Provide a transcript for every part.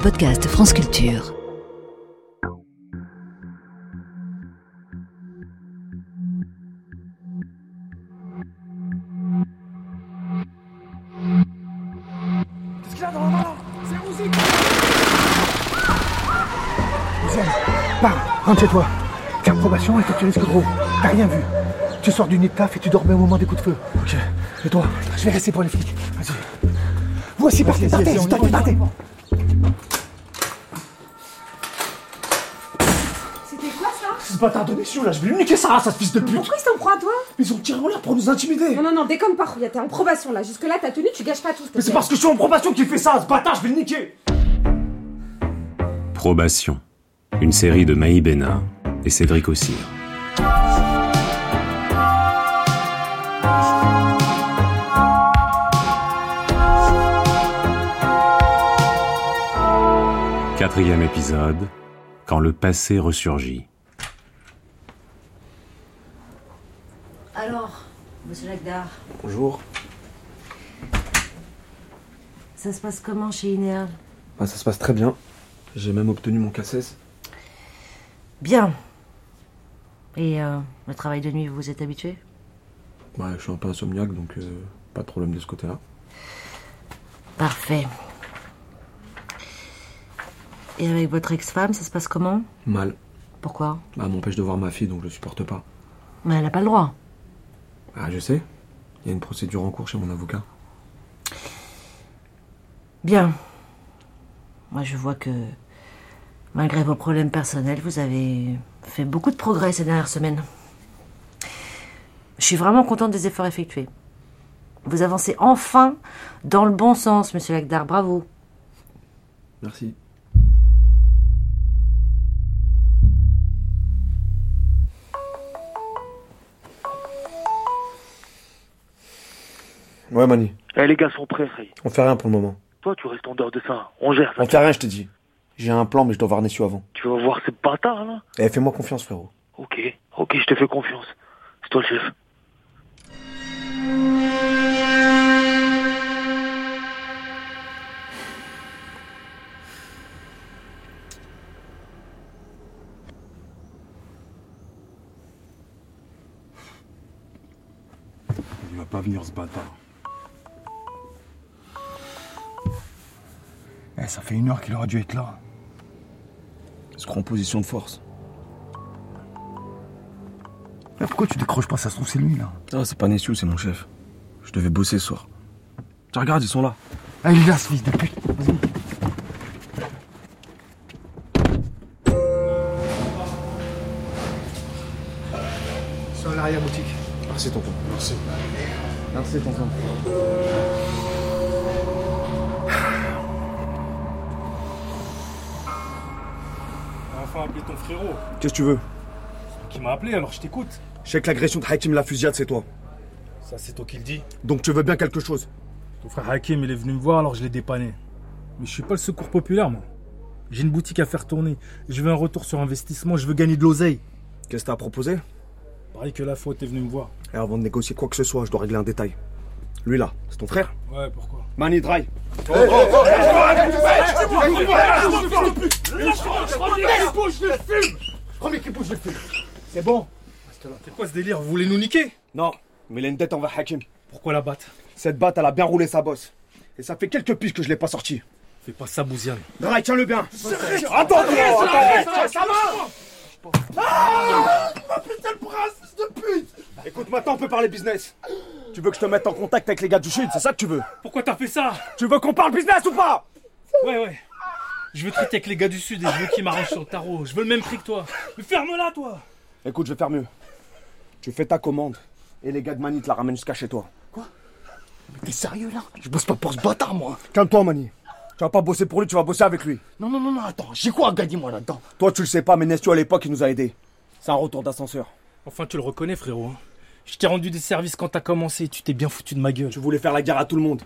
podcast France Culture. Qu'est-ce qu'il a dans la main là C'est Rouzik Parle, rentre chez toi. T'es en probation et toi tu risques gros. T'as rien vu. Tu sors du nid de taf et tu dormais au moment des coups de feu. Ok. Et toi Je vais rester pour les flics. Vas-y. Voici, partez, partez, vas-y, on y partez, va, partez. C'était quoi ça Ce bâtard de Messiou là, je vais lui niquer ça, ça fils de pute. Pourquoi il s'en prend à toi Ils ont tiré en l'air pour nous intimider. Non, non, non, déconne pas, Rouya, t'es en probation là. Jusque-là, t'as tenu, tu gâches pas tout. s'il te Mais c'est plaît. parce que je suis en probation qu'il fait ça, ce bâtard, je vais le niquer. Probation, une série de Maï Bénard et Cédric Ossire. Quatrième épisode, quand le passé ressurgit. Alors, monsieur Lagdar, Bonjour. ça se passe comment chez INEA Ah, ça se passe très bien. J'ai même obtenu mon KSS. Bien. Et euh, le travail de nuit, vous vous êtes habitué Ouais, je suis un peu insomniaque, donc euh, pas de problème de ce côté-là. Parfait. Et avec votre ex-femme, ça se passe comment Mal. Pourquoi Bah, elle m'empêche de voir ma fille, donc je le supporte pas. Mais elle n'a pas le droit. Ah, je sais. Il y a une procédure en cours chez mon avocat. Bien. Moi, je vois que, malgré vos problèmes personnels, vous avez fait beaucoup de progrès ces dernières semaines. Je suis vraiment contente des efforts effectués. Vous avancez enfin dans le bon sens, monsieur Lagdar. Bravo. Merci. Ouais, Mani. Eh, les gars sont prêts, ça y est. On fait rien pour le moment. Toi, tu restes en dehors de ça. On gère. On ça. fait rien, je te dis. J'ai un plan, mais je dois voir Nessu avant. Tu vas voir ce bâtard, là Eh, fais-moi confiance, frérot. Ok, ok, je te fais confiance. C'est toi le chef. Il va pas venir ce bâtard. Eh, ça fait une heure qu'il aurait dû être là. Je crois en position de force. Mais pourquoi tu décroches pas Ça se trouve, c'est lui là. Ah, c'est pas Nessiou, c'est mon chef. Je devais bosser ce soir. Tiens, regarde, ils sont là. Ah, il est là, ce fils de pute. Vas-y. Sur l'arrière-boutique. Merci, tonton. Merci. Merci, tonton. Enfin, appelé ton frérot Qu'est-ce que tu veux qui m'a appelé, alors je t'écoute. Je sais que l'agression de Hakim la fusillade, c'est toi. Ça, c'est toi qui le dis. Donc tu veux bien quelque chose Ton frère Hakim, il est venu me voir, alors je l'ai dépanné. Mais je suis pas le secours populaire, moi. J'ai une boutique à faire tourner. Je veux un retour sur investissement, je veux gagner de l'oseille. Qu'est-ce que t'as à proposer Pareil que la fois où t'es venu me voir. Et avant de négocier quoi que ce soit, je dois régler un détail. Lui là, c'est ton frère Ouais, pourquoi Mani Dry. C'est bon. C'est quoi ce délire Vous voulez nous niquer Non, mais il a une dette envers Hakim. Pourquoi la batte Cette batte, elle a bien roulé sa bosse. Et ça fait quelques piges que je l'ai pas sorti. Fais pas ça, Bouziane. Dry, tiens-le bien. Attends, attends, ça Ah, va Bah, Écoute, maintenant on peut parler business. Tu veux que je te mette en contact avec les gars du Sud, c'est ça que tu veux Pourquoi t'as fait ça Tu veux qu'on parle business ou pas Ouais, ouais. Je veux traiter avec les gars du Sud et je veux qu'ils m'arrangent sur le tarot. Je veux le même prix que toi. Mais ferme-la, toi Écoute, je vais faire mieux. Tu fais ta commande et les gars de Mani te la ramènent jusqu'à chez toi. T'es sérieux là Je bosse pas pour ce bâtard moi Calme-toi, Mani. Tu vas pas bosser pour lui, tu vas bosser avec lui. Non, non, non, non, attends, j'ai quoi à gagner moi là-dedans Toi, tu le sais pas, mais Nestio à l'époque, il nous a aidés. C'est un retour d'ascenseur. Enfin, tu le reconnais, frérot. hein. Je t'ai rendu des services quand t'as commencé. Tu t'es bien foutu de ma gueule. Tu voulais faire la guerre à tout le monde.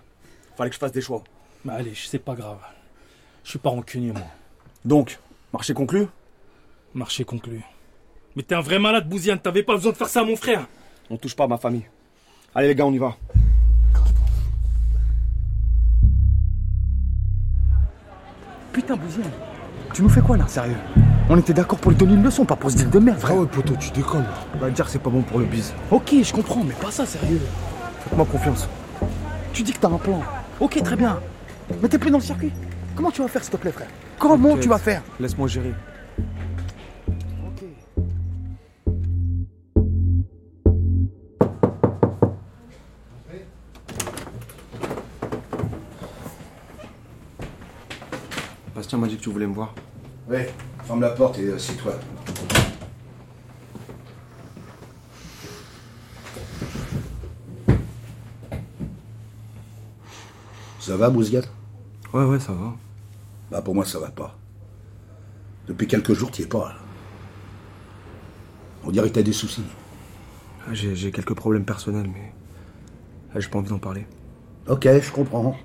Fallait que je fasse des choix. Mais allez, c'est pas grave. Je suis pas rancunier, moi. Donc, marché conclu Marché conclu. Mais t'es un vrai malade, Bouziane. T'avais pas besoin de faire ça à mon frère. On touche pas à ma famille. Allez, les gars, on y va. Putain, Bouziane, tu nous fais quoi là, sérieux On était d'accord pour lui donner une leçon, pas pour se dire de merde, frère. ouais, poteau, tu déconnes. Va dire que c'est pas bon pour le bise. Ok, je comprends, mais pas ça, sérieux. Faites-moi confiance. Tu dis que t'as un plan. Ok, très bien. Mais t'es plus dans le circuit. Comment tu vas faire, s'il te plaît, frère Comment tu vas faire Laisse-moi gérer. Bastien m'a dit que tu voulais me voir. Ouais, ferme la porte et euh, c'est toi Ça va, Bousgat Ouais, ouais, ça va. Bah, pour moi, ça va pas. Depuis quelques jours, t'y es pas. là. On dirait que t'as des soucis. J'ai j'ai quelques problèmes personnels, mais. là, J'ai pas envie d'en parler. Ok, je comprends.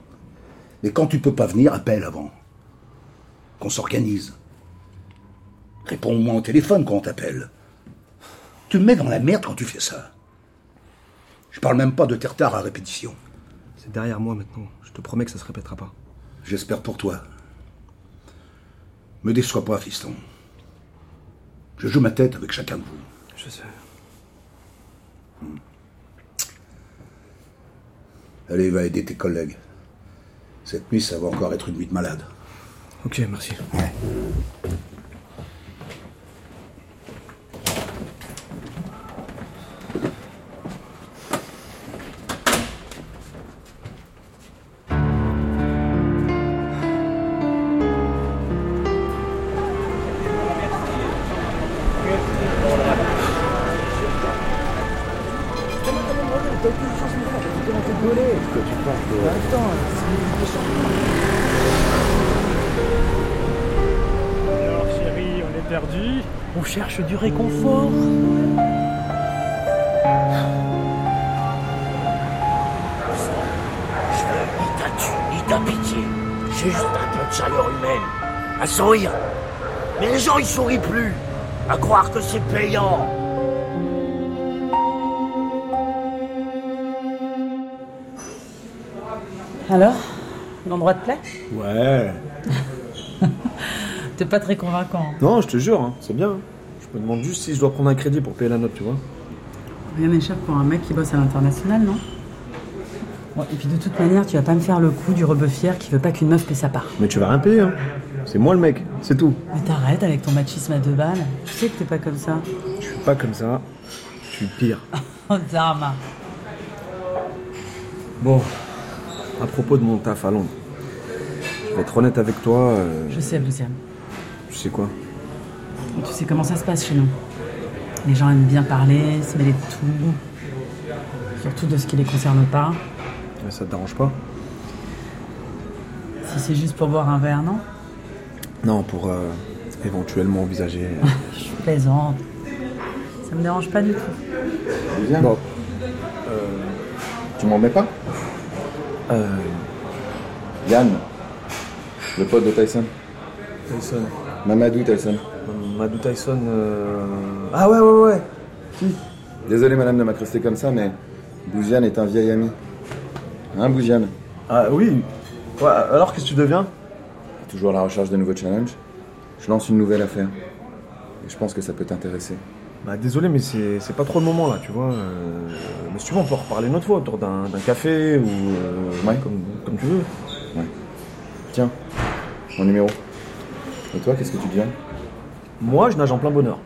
Mais quand tu peux pas venir, appelle avant. Qu'on s'organise. Réponds au moins au téléphone quand on t'appelle. Tu me mets dans la merde quand tu fais ça. Je parle même pas de tes retards à répétition. C'est derrière moi maintenant. Je te promets que ça se répétera pas. J'espère pour toi. Me déçois pas, fiston. Je joue ma tête avec chacun de vous. Hmm. Je sais. Allez, va aider tes collègues. Cette nuit, ça va encore être une nuit de malade. Ok, merci. Alors chérie, on est perdu. On cherche du réconfort. Alors L'endroit te plaît Ouais. T'es pas très convaincant. Non, je te jure, hein, c'est bien. Je me demande juste si je dois prendre un crédit pour payer la note, tu vois. Rien n'échappe pour un mec qui bosse à l'international, non Bon, Et puis de toute manière, tu vas pas me faire le coup du rebuffière qui veut pas qu'une meuf paie sa part. Mais tu vas rien payer, hein. C'est moi le mec, c'est tout. Mais t'arrêtes avec ton machisme à deux balles. Je sais que t'es pas comme ça. Je suis pas comme ça. Je suis pire. Oh, Dharma Bon, à propos de mon taf à Londres, je vais être honnête avec toi. euh, Je sais, Bouziane. tu sais quoi Tu sais comment ça se passe chez nous. Les gens aiment bien parler, se mêler de tout. Surtout de ce qui les concerne pas. Ça te dérange pas Si c'est juste pour boire un verre, non Non, pour euh, éventuellement envisager. Je plaisante. Ça me dérange pas du tout. Bon. Euh, Tu m'en mets pas Euh, Yann, le pote de Tyson. Tyson. Mamadou Tyson. Madou Tyson. euh, Ah ouais, ouais, ouais. Désolé, madame, de m'adresser comme ça, mais Bouziane est un vieil ami. Hein, Bouziane Ah oui. Ouais, alors qu'est-ce que tu deviens Toujours à la recherche de nouveaux challenges. Je lance une nouvelle affaire. Et je pense que ça peut t'intéresser. Bah désolé, mais c'est c'est pas trop le moment là, tu vois. euh, Mais si tu veux, on peut en reparler une autre fois autour d'un d'un café ou. euh, Ouais. comme, comme tu veux. Tiens, mon numéro. Et toi, qu'est-ce que tu deviens Moi, je nage en plein bonheur.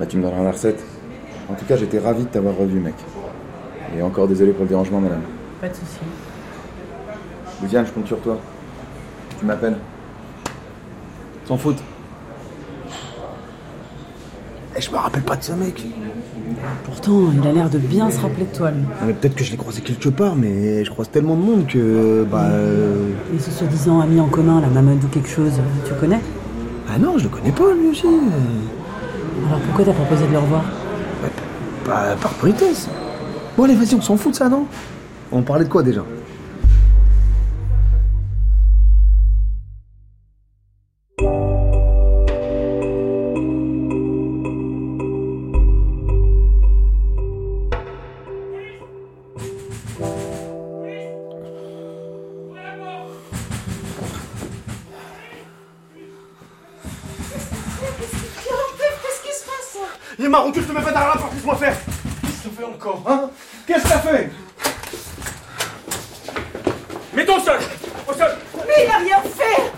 Bah, tu me donneras la recette. En tout cas, j'étais ravi de t'avoir revu, mec. Et encore désolé pour le dérangement, madame. Pas de soucis. Bouziane, je compte sur toi. Tu m'appelles. Sans faute. Eh, je me rappelle pas de ce mec. Pourtant, il a l'air de bien se rappeler de toi, lui. Ah, mais peut-être que je l'ai croisé quelque part, mais je croise tellement de monde que. Bah. euh, Et ce soi-disant ami en commun, la Mamadou quelque chose, tu connais Ah non, je le connais pas lui aussi. euh, Alors pourquoi t'as proposé de le revoir Bah, par politesse. Bon, allez, vas-y, on s'en fout de ça, non On parlait de quoi déjà les marrons que je te mets pas derrière la porte, laisse-moi faire Qu'est-ce que t'as fait encore, hein Qu'est-ce que t'as fait Mets-toi au sol Au sol Mais il a rien fait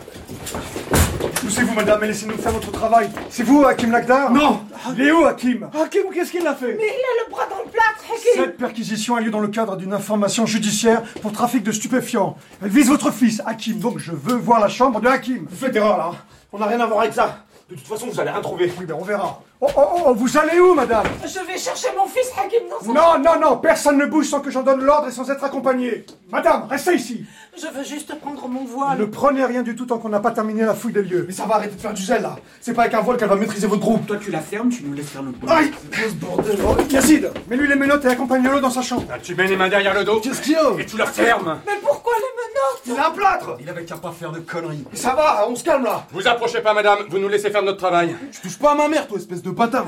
Poussez-vous, madame, et laissez-nous faire notre travail. C'est vous, Hakim Lakdar Non Il est où, Hakim Hakim, qu'est-ce qu'il a fait Mais il a le bras dans le plâtre, Hakim Cette perquisition a lieu dans le cadre d'une information judiciaire pour trafic de stupéfiants. Elle vise votre fils, Hakim, donc je veux voir la chambre de Hakim. Vous faites erreur, là. On n'a rien à voir avec ça. De toute façon, vous allez rien trouver. Oui, ben on verra. Oh, oh, oh, vous allez où, madame Je vais chercher mon fils, Hakim, dans sa Non, non, non, personne ne bouge sans que j'en donne l'ordre et sans être accompagné. Madame, restez ici. Je veux juste prendre mon voile. Ne prenez rien du tout tant qu'on n'a pas terminé la fouille des lieux. Ah, Mais ça va arrêter de faire du zèle là. C'est pas avec un voile qu'elle va maîtriser votre groupe. Toi tu la fermes, tu nous laisses faire notre boulot. Aïe C'est ce bordel Yacide Mets-lui les menottes et accompagne-le dans sa chambre. Ah, Tu mets les mains derrière le dos. Qu'est-ce qu'il y a Et tu la fermes. Mais pourquoi les Il a un plâtre Il avait qu'à pas faire de conneries. Mais ça va, on se calme là Vous approchez pas, madame. Vous nous laissez faire notre travail. Tu touches pas à ma mère, toi, espèce de bâtard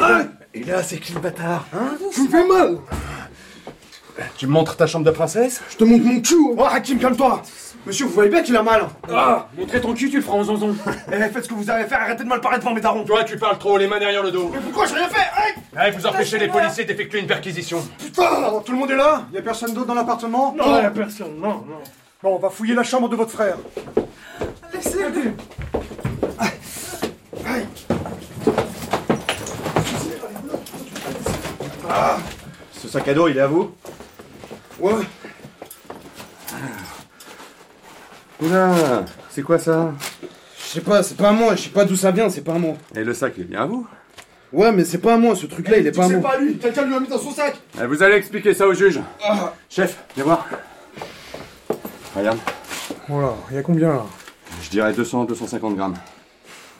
Aïe Et là, c'est qui le bâtard Hein Tu me fais mal Tu me montres ta chambre de princesse Je te montre mon cul Oh, Hakim, calme-toi Monsieur, vous voyez bien qu'il a mal hein. Ah Montrez ton cul, tu le feras en zonzon. Eh, faites ce que vous avez à faire, arrêtez de mal parler devant mes darons Toi, tu parles trop, les mains derrière le dos. Mais pourquoi j'ai rien fait hein Aïe Allez, vous empêchez les policiers d'effectuer une perquisition. Putain Tout le monde est là Y a personne d'autre dans l'appartement Non, y a personne, non, non. Bon, on va fouiller la chambre de votre frère. Laissez-le Ah, Ce sac à dos, il est à vous Ouais. Oula C'est quoi ça Je sais pas, c'est pas à moi, je sais pas d'où ça vient, c'est pas à moi. Et le sac, il est bien à vous Ouais, mais c'est pas à moi, ce truc-là, il est pas à C'est moi. Eh, pas lui, quelqu'un lui a mis dans son sac Ah. Eh, Vous allez expliquer ça au juge. Chef, viens voir. Regarde, Voilà, il y a combien là je dirais 200-250 grammes.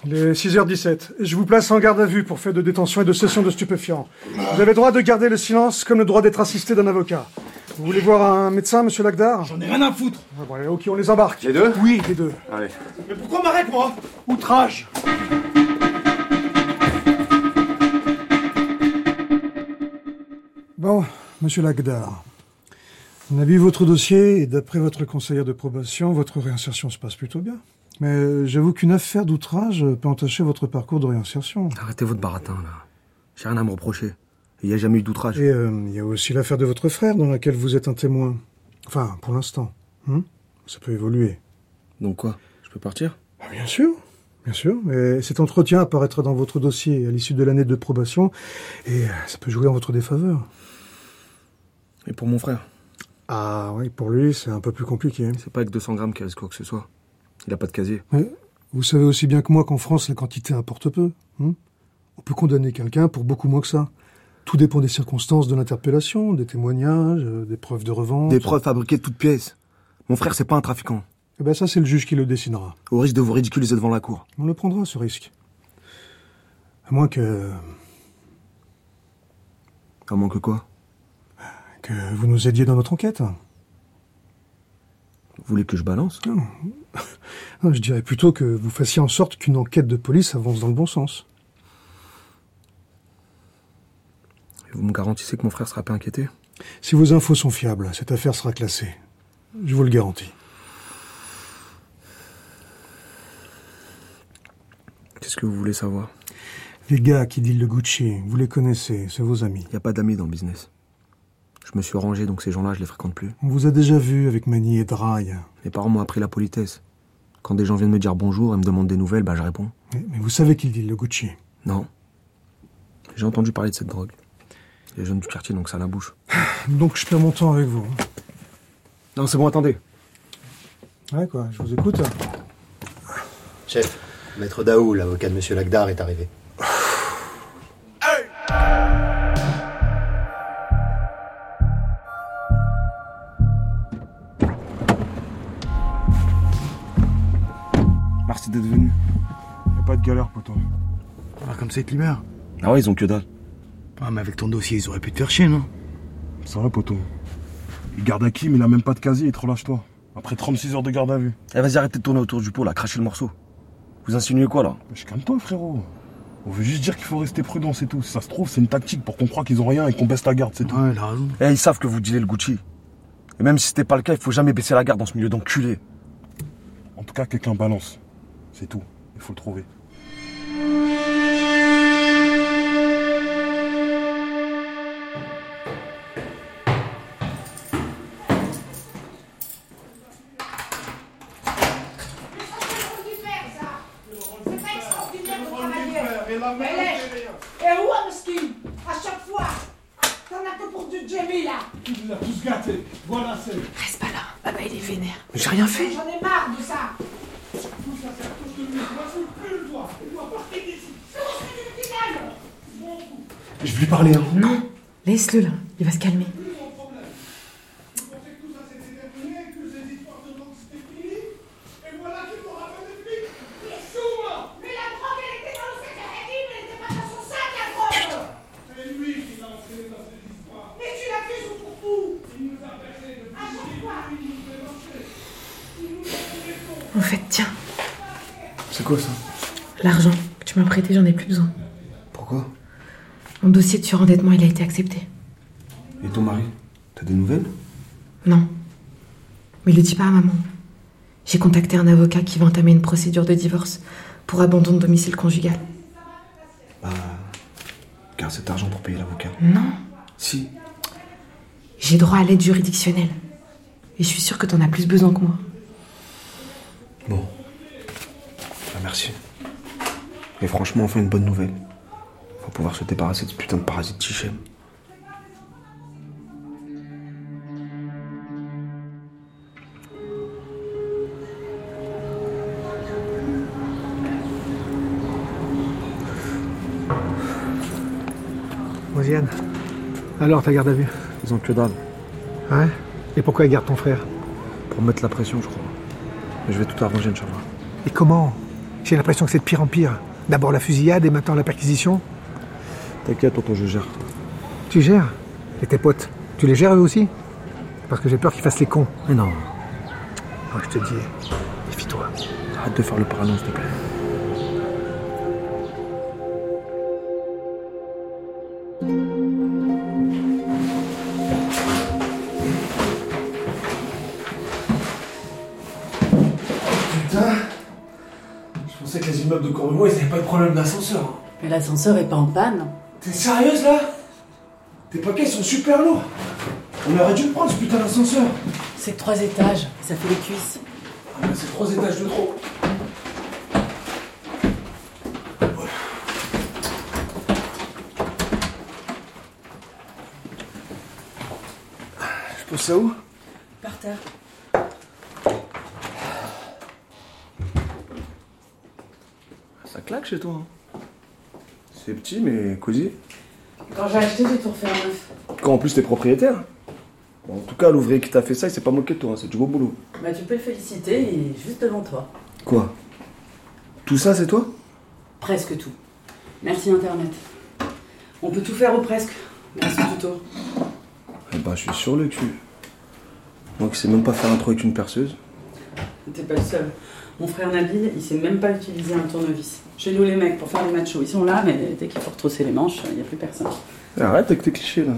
Il est 6h17. Je vous place en garde à vue pour fait de détention et de cession de stupéfiants. Vous avez droit de garder le silence comme le droit d'être assisté d'un avocat. Vous voulez voir un médecin, monsieur Lagdar J'en ai rien à foutre bon, allez, ok, on les embarque. Les deux Oui, les deux. Allez. Mais pourquoi m'arrête, moi Outrage Bon, monsieur Lagdar. On a vu votre dossier et d'après votre conseillère de probation, votre réinsertion se passe plutôt bien. Mais Euh, j'avoue qu'une affaire d'outrage peut entacher votre parcours de réinsertion. Arrêtez votre baratin, là. J'ai rien à me reprocher. Il n'y a jamais eu d'outrage. Et euh, il y a aussi l'affaire de votre frère dans laquelle vous êtes un témoin. Enfin, pour l'instant. hein Ça peut évoluer. Donc quoi Je peux partir Ah, Bien sûr, bien sûr. Mais cet entretien apparaîtra dans votre dossier à l'issue de l'année de probation et euh, ça peut jouer en votre défaveur. Et pour mon frère Ah oui, pour lui, c'est un peu plus compliqué. C'est pas avec 200 grammes qu'il reste quoi que ce soit. Il a pas de casier. Mais vous savez aussi bien que moi qu'en France, la quantité importe peu. hein On peut condamner quelqu'un pour beaucoup moins que ça. Tout dépend des circonstances de l'interpellation, des témoignages, euh, des preuves de revanche. Des preuves fabriquées de toutes pièces. Mon frère, c'est pas un trafiquant. Eh ben ça, c'est le juge qui le décidera. Au risque de vous ridiculiser devant la cour. On le prendra, ce risque. À moins que, À moins que quoi que vous nous aidiez dans notre enquête. Vous voulez que je balance Non, Je dirais plutôt que vous fassiez en sorte qu'une enquête de police avance dans le bon sens. Et Vous me garantissez que mon frère sera pas inquiété Si vos infos sont fiables, cette affaire sera classée. Je vous le garantis. Qu'est-ce que vous voulez savoir Les gars qui disent le Gucci, vous les connaissez, c'est vos amis. Il n'y a pas d'amis dans le business. Je me suis rangé, donc ces gens-là, je les fréquente plus. On vous a déjà vu avec Mani et Draille. Mes parents m'ont appris la politesse. Quand des gens viennent me dire bonjour et me demandent des nouvelles, bah je réponds. Mais mais vous savez qu'ils disent le Gucci. Non. J'ai entendu parler de cette drogue. Les jeunes du quartier, donc ça la bouche. Donc je perds mon temps avec vous. hein. Non, c'est bon, attendez. Ouais, quoi, je vous écoute. Chef, maître Daou, l'avocat de Monsieur Lagdar, est arrivé. Merci d'être venu. Y'a pas de galère, poteau. Ah, comme ça, ils te libèrent. Ah ouais, ils ont que dalle. Ah, mais avec ton dossier, ils auraient pu te faire chier, non Ça va, poteau. Il garde Hakim, il a même pas de casier, il te relâche-toi. Après 36 heures de garde à vue. Eh, vas-y, arrêtez de tourner autour du pot, là, crachez le morceau. Vous insinuez quoi, là Mais je calme-toi, frérot. On veut juste dire qu'il faut rester prudent, c'est tout. Si ça se trouve, c'est une tactique pour qu'on croit qu'ils ont rien et qu'on baisse la garde, c'est tout. Ouais, il a raison. Eh, ils savent que vous dealez le Gucci. Et même si c'était pas le cas, il faut jamais baisser la garde dans ce milieu d'enculés. En tout cas, quelqu'un balance. C'est tout. Il faut le trouver. Mais lèche Et où, Meskin À chaque fois T'en as que pour du Jamie, là Il nous a tous gâtés. Voilà, c'est. Reste pas là. Ah bah, il est vénère. Mais j'ai rien fait. J'en ai marre de ça Je vais lui parler, hein. Laisse-le là, il va se calmer. En fait, tiens, C'est quoi ça l'argent que tu m'as prêté, j'en ai plus besoin. Pourquoi Mon dossier de surendettement, il a été accepté. Et ton mari T'as des nouvelles Non. Mais le dis pas à maman. J'ai contacté un avocat qui va entamer une procédure de divorce pour abandon de domicile conjugal. Bah. Garde cet argent pour payer l'avocat. Non, Si. j'ai droit à l'aide juridictionnelle. Et je suis sûre que t'en as plus besoin que moi. Bon. Bah, merci. Et franchement, enfin une bonne nouvelle. On va pouvoir se débarrasser de ce putain de parasite Tichem. Mosiane, alors ta garde à vue Ils ont que dalle. Ouais Et pourquoi il garde ton frère Pour mettre la pression, je crois. Mais je vais tout arranger, Inch'Allah. Et comment J'ai l'impression que c'est de pire en pire. D'abord la fusillade et maintenant la perquisition. T'inquiète, tonton, je gère. Tu gères Et tes potes, tu les gères eux aussi Parce que j'ai peur qu'ils fassent les cons. Mais non. Moi, je te dis, méfie-toi. Arrête de faire le parallèle, s'il te plaît. Putain Je pensais que les immeubles de Corbeau, ils avaient pas de problème d'ascenseur. Mais l'ascenseur est pas en panne. T'es sérieuse, là Tes paquets sont super lourds. On aurait dû le prendre ce putain d'ascenseur. C'est trois étages, ça fait les cuisses. Ah, ben, c'est trois étages de trop. Je pose ça où Par terre. Ça claque chez toi. C'est petit, mais cosy. Quand j'ai acheté, j'ai tout refait à neuf. Quand en plus t'es propriétaire. Bon, en tout cas, l'ouvrier qui t'a fait ça, il s'est pas moqué de toi, hein, c'est du beau boulot. Bah tu peux le féliciter, il est juste devant toi. Quoi Tout ça, c'est toi Presque tout. Merci Internet. On peut tout faire ou presque. Merci tuto. Eh ben, je suis sur le cul. Moi qui sais même pas faire un trou avec une perceuse. T'es pas le seul. Mon frère Nabil, il sait même pas utiliser un tournevis. Chez nous les mecs, pour faire les machos, ils sont là, mais dès qu'il faut retrousser les manches, il n'y a plus personne. Eh, Arrête avec tes clichés, là.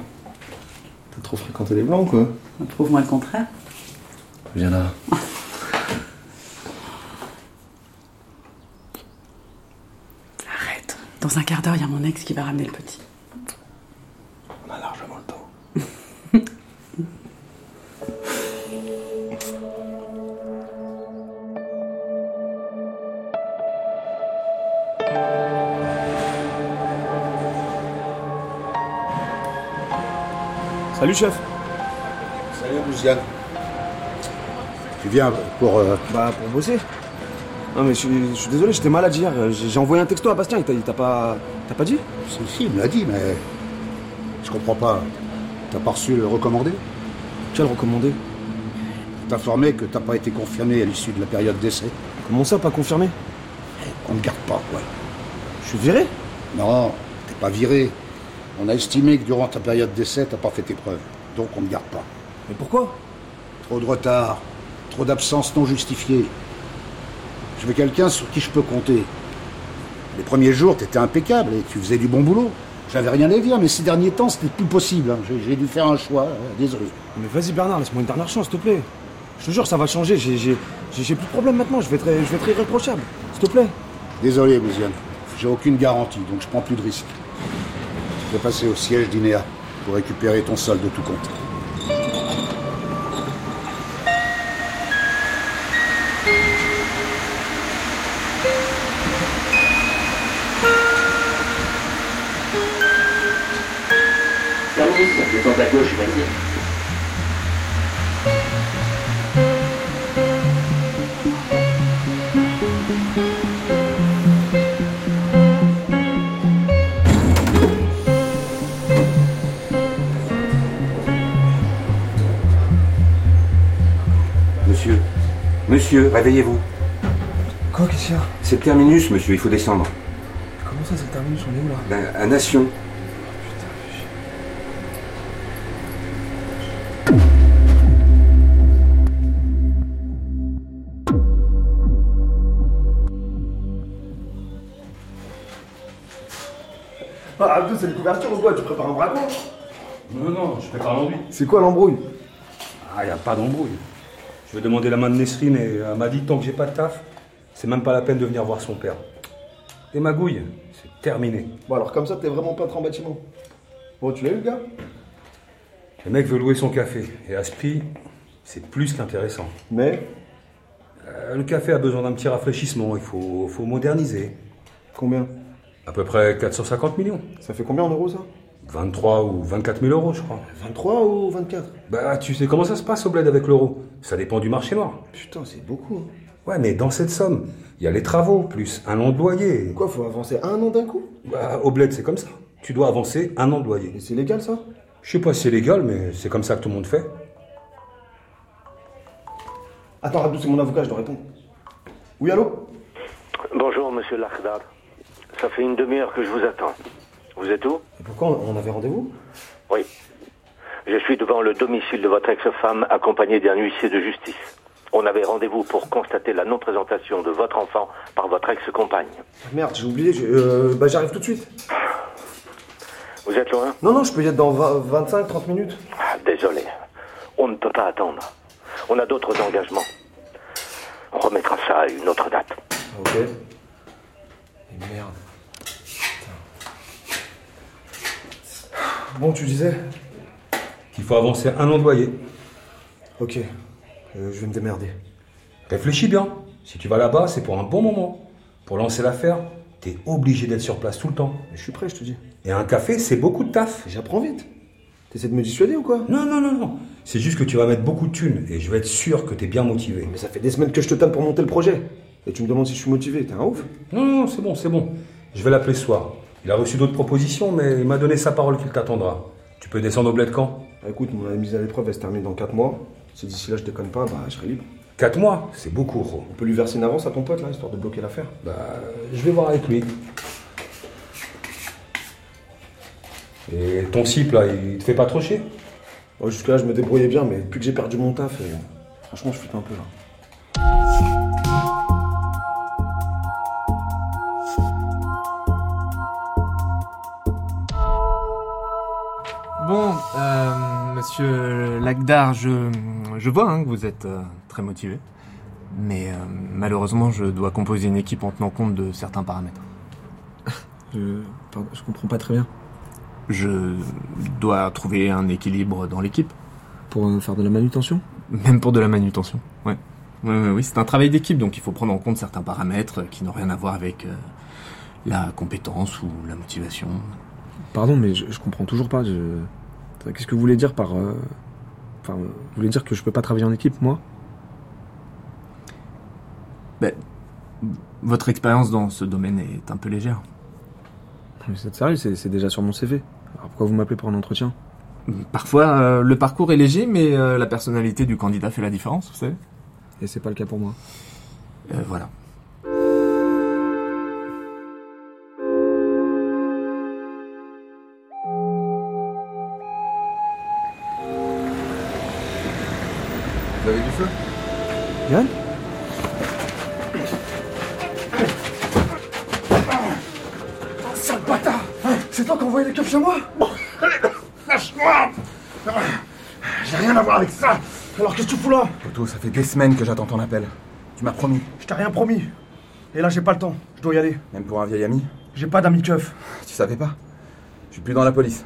T'as trop fréquenté les blancs, quoi. Prouve-moi le contraire. Viens là. Arrête. Dans un quart d'heure, il y a mon ex qui va ramener le petit. On a largement le temps. Salut, chef. Salut, Luciane. Tu viens pour. euh, Bah, pour bosser. Non, mais je suis, je suis désolé, j'étais malade hier. J'ai j'ai envoyé un texto à Bastien, il t'a- il t'a pas. T'as pas dit Si, si, il me l'a dit, mais. Je comprends pas. T'as pas reçu le recommandé Quel recommandé T'informer que t'as pas été confirmé à l'issue de la période d'essai. Comment ça, pas confirmé On ne garde pas, quoi. Je suis viré Non, t'es pas viré. On a estimé que durant ta période d'essai, t'as pas fait tes preuves. Donc on ne garde pas. Mais pourquoi Trop de retard, trop d'absence non justifiée. Je veux quelqu'un sur qui je peux compter. Les premiers jours, t'étais impeccable et tu faisais du bon boulot. J'avais rien à dire, mais ces derniers temps, c'était plus possible. hein. J'ai j'ai dû faire un choix, euh, désolé. Mais vas-y, Bernard, laisse-moi une dernière chance, s'il te plaît. Je te jure, ça va changer. J'ai j'ai- j'ai- j'ai plus de problème maintenant, je vais être, je vais être irréprochable. S'il te plaît. Désolé, Bouziane. J'ai aucune garantie, donc je prends plus de risques. Je vais passer au siège d'INEA pour récupérer ton solde de tout compte. Allez, sortie, je tente à gauche, vas-y. Monsieur, monsieur, réveillez-vous. Quoi, qu'est-ce qu'il y a C'est le terminus, monsieur, il faut descendre. Comment ça, c'est le terminus On est où là Ben, à Nation. Ah, Abdou, c'est une couverture ou quoi Tu prépares un braquage Non, non, je prépare l'embrouille. C'est quoi l'embrouille Ah, il a pas d'embrouille. Je vais demander la main de Nesrine et elle m'a dit tant que j'ai pas de taf, c'est même pas la peine de venir voir son père. Et magouille, c'est terminé. Bon, alors comme ça, t'es vraiment peintre en bâtiment. Bon, tu l'as eu, le gars Le mec veut louer son café et à ce prix, c'est plus qu'intéressant. Mais Euh, le café a besoin d'un petit rafraîchissement, il faut, faut moderniser. Combien À peu près 450 millions. Ça fait combien en euros ça 23 ou 24 000 euros, je crois. 23 ou 24 Bah, tu sais comment ça se passe au bled avec l'euro Ça dépend du marché noir. Putain, c'est beaucoup. hein. Ouais, mais dans cette somme, il y a les travaux, plus un an de loyer. Quoi, faut avancer un an d'un coup Bah, au bled, c'est comme ça. Tu dois avancer un an de loyer. c'est légal, ça Je sais pas si c'est légal, mais c'est comme ça que tout le monde fait. Attends, Abdou, c'est mon avocat, je dois répondre. Oui, allô Bonjour, monsieur Lakhdar. Ça fait une demi-heure que je vous attends. Vous êtes où Pourquoi on avait rendez-vous Oui. Je suis devant le domicile de votre ex-femme accompagné d'un huissier de justice. On avait rendez-vous pour constater la non-présentation de votre enfant par votre ex-compagne. Ah, Merde, j'ai oublié, j'ai- euh, bah j'arrive tout de suite. Vous êtes loin Non, non, je peux y être dans 25-30 minutes. Ah, Désolé. On ne peut pas attendre. On a d'autres engagements. On remettra ça à une autre date. Ok. Et merde. Bon, tu disais Qu'il faut avancer un an de loyer. Ok. Euh, je vais me démerder. Réfléchis bien. Si tu vas là-bas, c'est pour un bon moment. Pour lancer l'affaire, t'es obligé d'être sur place tout le temps. Je suis prêt, je te dis. Et un café, c'est beaucoup de taf. J'apprends vite. T'essaies de me dissuader ou quoi Non, non, non, non. C'est juste que tu vas mettre beaucoup de thunes et je vais être sûr que t'es bien motivé. Mais ça fait des semaines que je te tape pour monter le projet. Et tu me demandes si je suis motivé, t'es un ouf. Non, non, non, c'est bon, c'est bon. Je vais l'appeler ce soir. Il a reçu d'autres propositions, mais il m'a donné sa parole qu'il t'attendra. Tu peux descendre au bled quand Bah, écoute, mon mise à l'épreuve, elle se termine dans 4 mois. Si d'ici là je déconne pas, bah je serai libre. 4 mois C'est beaucoup, Ro. On peut lui verser une avance à ton pote là, histoire de bloquer l'affaire. Bah, je vais voir avec lui. Et ton cible, là, il te fait pas trop chier Bon, Jusque-là, je me débrouillais bien, mais depuis que j'ai perdu mon taf, euh, franchement, je flippe un peu là. Bon, euh, monsieur Lagdar, je, je vois hein, que vous êtes euh, très motivé. Mais euh, malheureusement, je dois composer une équipe en tenant compte de certains paramètres. Je, pardon, je comprends pas très bien. Je dois trouver un équilibre dans l'équipe. Pour euh, faire de la manutention Même pour de la manutention, ouais. Oui, oui, oui, c'est un travail d'équipe, donc il faut prendre en compte certains paramètres euh, qui n'ont rien à voir avec euh, la compétence ou la motivation. Pardon, mais je, je comprends toujours pas. je- Qu'est-ce que vous voulez dire par. euh, Enfin, vous voulez dire que je peux pas travailler en équipe, moi Ben, votre expérience dans ce domaine est un peu légère. Non, Mais c'est sérieux, c'est c'est déjà sur mon CV. Alors pourquoi vous m'appelez pour un entretien Parfois, euh, le parcours est léger, mais euh, la personnalité du candidat fait la différence, vous savez. Et c'est pas le cas pour moi. Euh, voilà. Vous avez du feu Yann Sale bâtard C'est toi qui as envoyé les keufs chez moi Lâche-moi J'ai rien à voir avec ça Alors qu'est-ce que tu fous là Toto, ça fait des semaines que j'attends ton appel. Tu m'as promis, Je t'ai rien promis. Et là, j'ai pas le temps. Je dois y aller. même pour un vieil ami. J'ai pas d'amis keufs. Tu savais pas Je suis plus dans la police.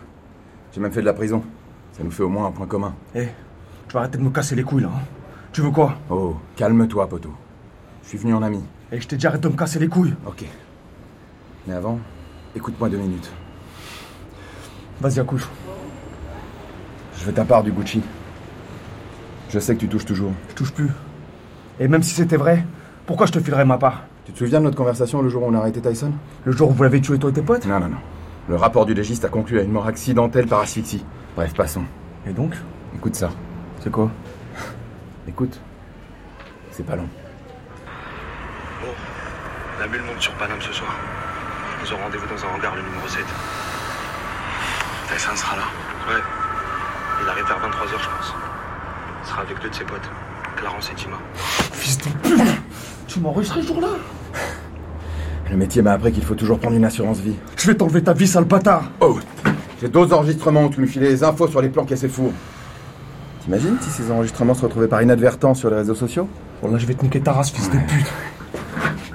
J'ai même fait de la prison. Ça nous fait au moins un point commun. Eh, tu vas arrêter de me casser les couilles là. hein. Tu veux quoi Oh, calme-toi, Poto. Je suis venu en ami. Et je t'ai dit arrête de me casser les couilles. Ok. Mais avant, écoute-moi deux minutes. Vas-y, accouche. Je veux ta part du Gucci. Je sais que tu touches toujours. Je touche plus. Et même si c'était vrai, pourquoi je te filerais ma part Tu te souviens de notre conversation le jour où on a arrêté Tyson Le jour où vous l'avez tué toi et tes potes Non, non, non. Le rapport du légiste a conclu à une mort accidentelle par asphyxie. Bref, passons. Et donc Écoute ça. C'est quoi Écoute. C'est pas long. Bon, la bulle monte sur Paname ce soir. Nous aurons rendez-vous dans un hangar, le numéro 7. Tyson sera là Ouais. Il arrive vers 23h, je pense. Il sera avec deux de ses potes, Clarence et Tima. Fils de pute Tu m'as enregistré ce jour-là Le métier m'a appris qu'il faut toujours prendre une assurance vie. Je vais t'enlever ta vie, sale bâtard Oh J'ai d'autres enregistrements où tu me filais les infos sur les plans cassés four. T'imagines si ces enregistrements se retrouvaient par inadvertance sur les réseaux sociaux Bon, Oh là, je vais te niquer ta race, fils de pute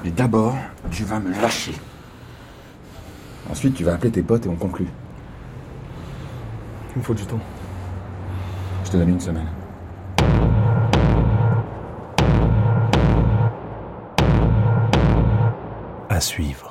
Mais d'abord, tu vas me lâcher. Ensuite, tu vas appeler tes potes et on conclut. Il me faut du temps. Je te donne une semaine. À suivre.